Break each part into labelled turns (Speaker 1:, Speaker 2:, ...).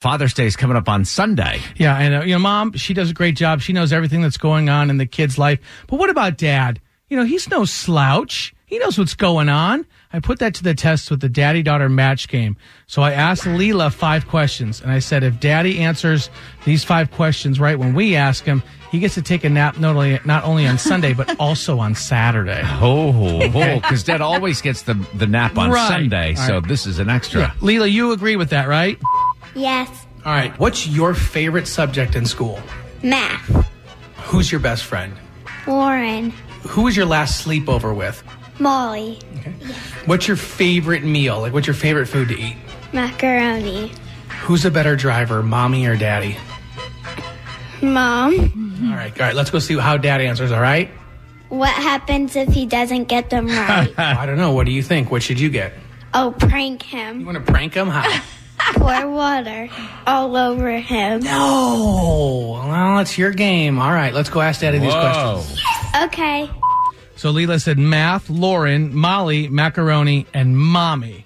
Speaker 1: Father's Day is coming up on Sunday.
Speaker 2: Yeah, and uh, you know, mom, she does a great job. She knows everything that's going on in the kid's life. But what about dad? You know, he's no slouch. He knows what's going on. I put that to the test with the daddy daughter match game. So I asked Leela five questions, and I said if daddy answers these five questions right when we ask him, he gets to take a nap not only, not only on Sunday, but also on Saturday.
Speaker 1: Oh, because Dad always gets the, the nap on
Speaker 2: Right.
Speaker 1: Sunday,
Speaker 2: All
Speaker 1: so
Speaker 2: right.
Speaker 1: this is an extra.
Speaker 2: Leela, you agree with that, right?
Speaker 3: Yes.
Speaker 2: All right. What's your favorite subject in school?
Speaker 3: Math.
Speaker 2: Who's your best friend?
Speaker 3: Lauren.
Speaker 2: Who was your last sleepover with?
Speaker 3: Molly.
Speaker 2: What's your favorite meal? Like, what's your favorite food to eat?
Speaker 3: Macaroni.
Speaker 2: Who's a better driver, mommy or daddy?
Speaker 3: Mom.
Speaker 2: All right, all right, let's go see how dad answers, all right?
Speaker 3: What happens if he doesn't get them right?
Speaker 2: I don't know. What do you think? What should you get?
Speaker 3: oh, prank
Speaker 2: You
Speaker 3: him.
Speaker 2: want to prank him? How?
Speaker 3: Pour water all over him.
Speaker 2: oh, well, it's your game. All right, let's go ask daddy these questions.
Speaker 3: Okay.
Speaker 2: So Leela said math, Lauren, Molly, macaroni, and mommy.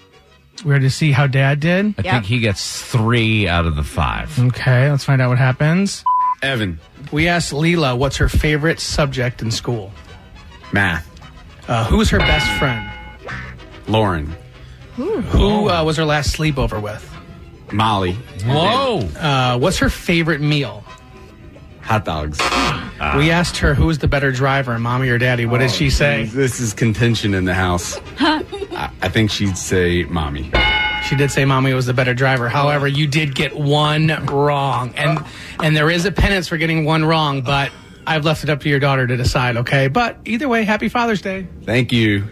Speaker 2: We're to see how dad did.
Speaker 1: I think he gets three out of the five.
Speaker 2: Okay, let's find out what happens.
Speaker 4: Evan,
Speaker 2: We asked Leela what's her favorite subject in school.
Speaker 4: math.
Speaker 2: Uh, who's her best friend?
Speaker 4: Lauren,
Speaker 2: Who uh, was her last sleepover with?
Speaker 4: Molly,
Speaker 1: Whoa.
Speaker 2: Uh, what's her favorite meal?
Speaker 4: hot dogs.
Speaker 2: We asked her who is the better driver, mommy or daddy.
Speaker 4: Oh,
Speaker 2: What did she say?
Speaker 4: This is contention in the house. I, I think she'd say mommy.
Speaker 2: She did say mommy was the better driver. However, you did get one wrong. And and there is a penance for getting one wrong, but I've left it up to your daughter to decide, okay? But either way, happy Father's Day.
Speaker 4: Thank you.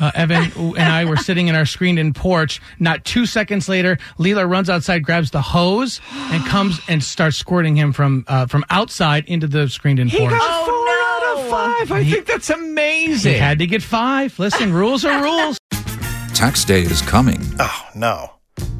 Speaker 2: Uh, Evan and I were sitting in our screened in porch. Not two seconds later, Leela runs outside, grabs the hose, and comes and starts squirting him from uh, from outside into the screened in porch.
Speaker 1: four out of five. I think that's amazing.
Speaker 2: He had to get five. Listen, rules are rules.
Speaker 5: Tax day is coming,
Speaker 6: Oh, no.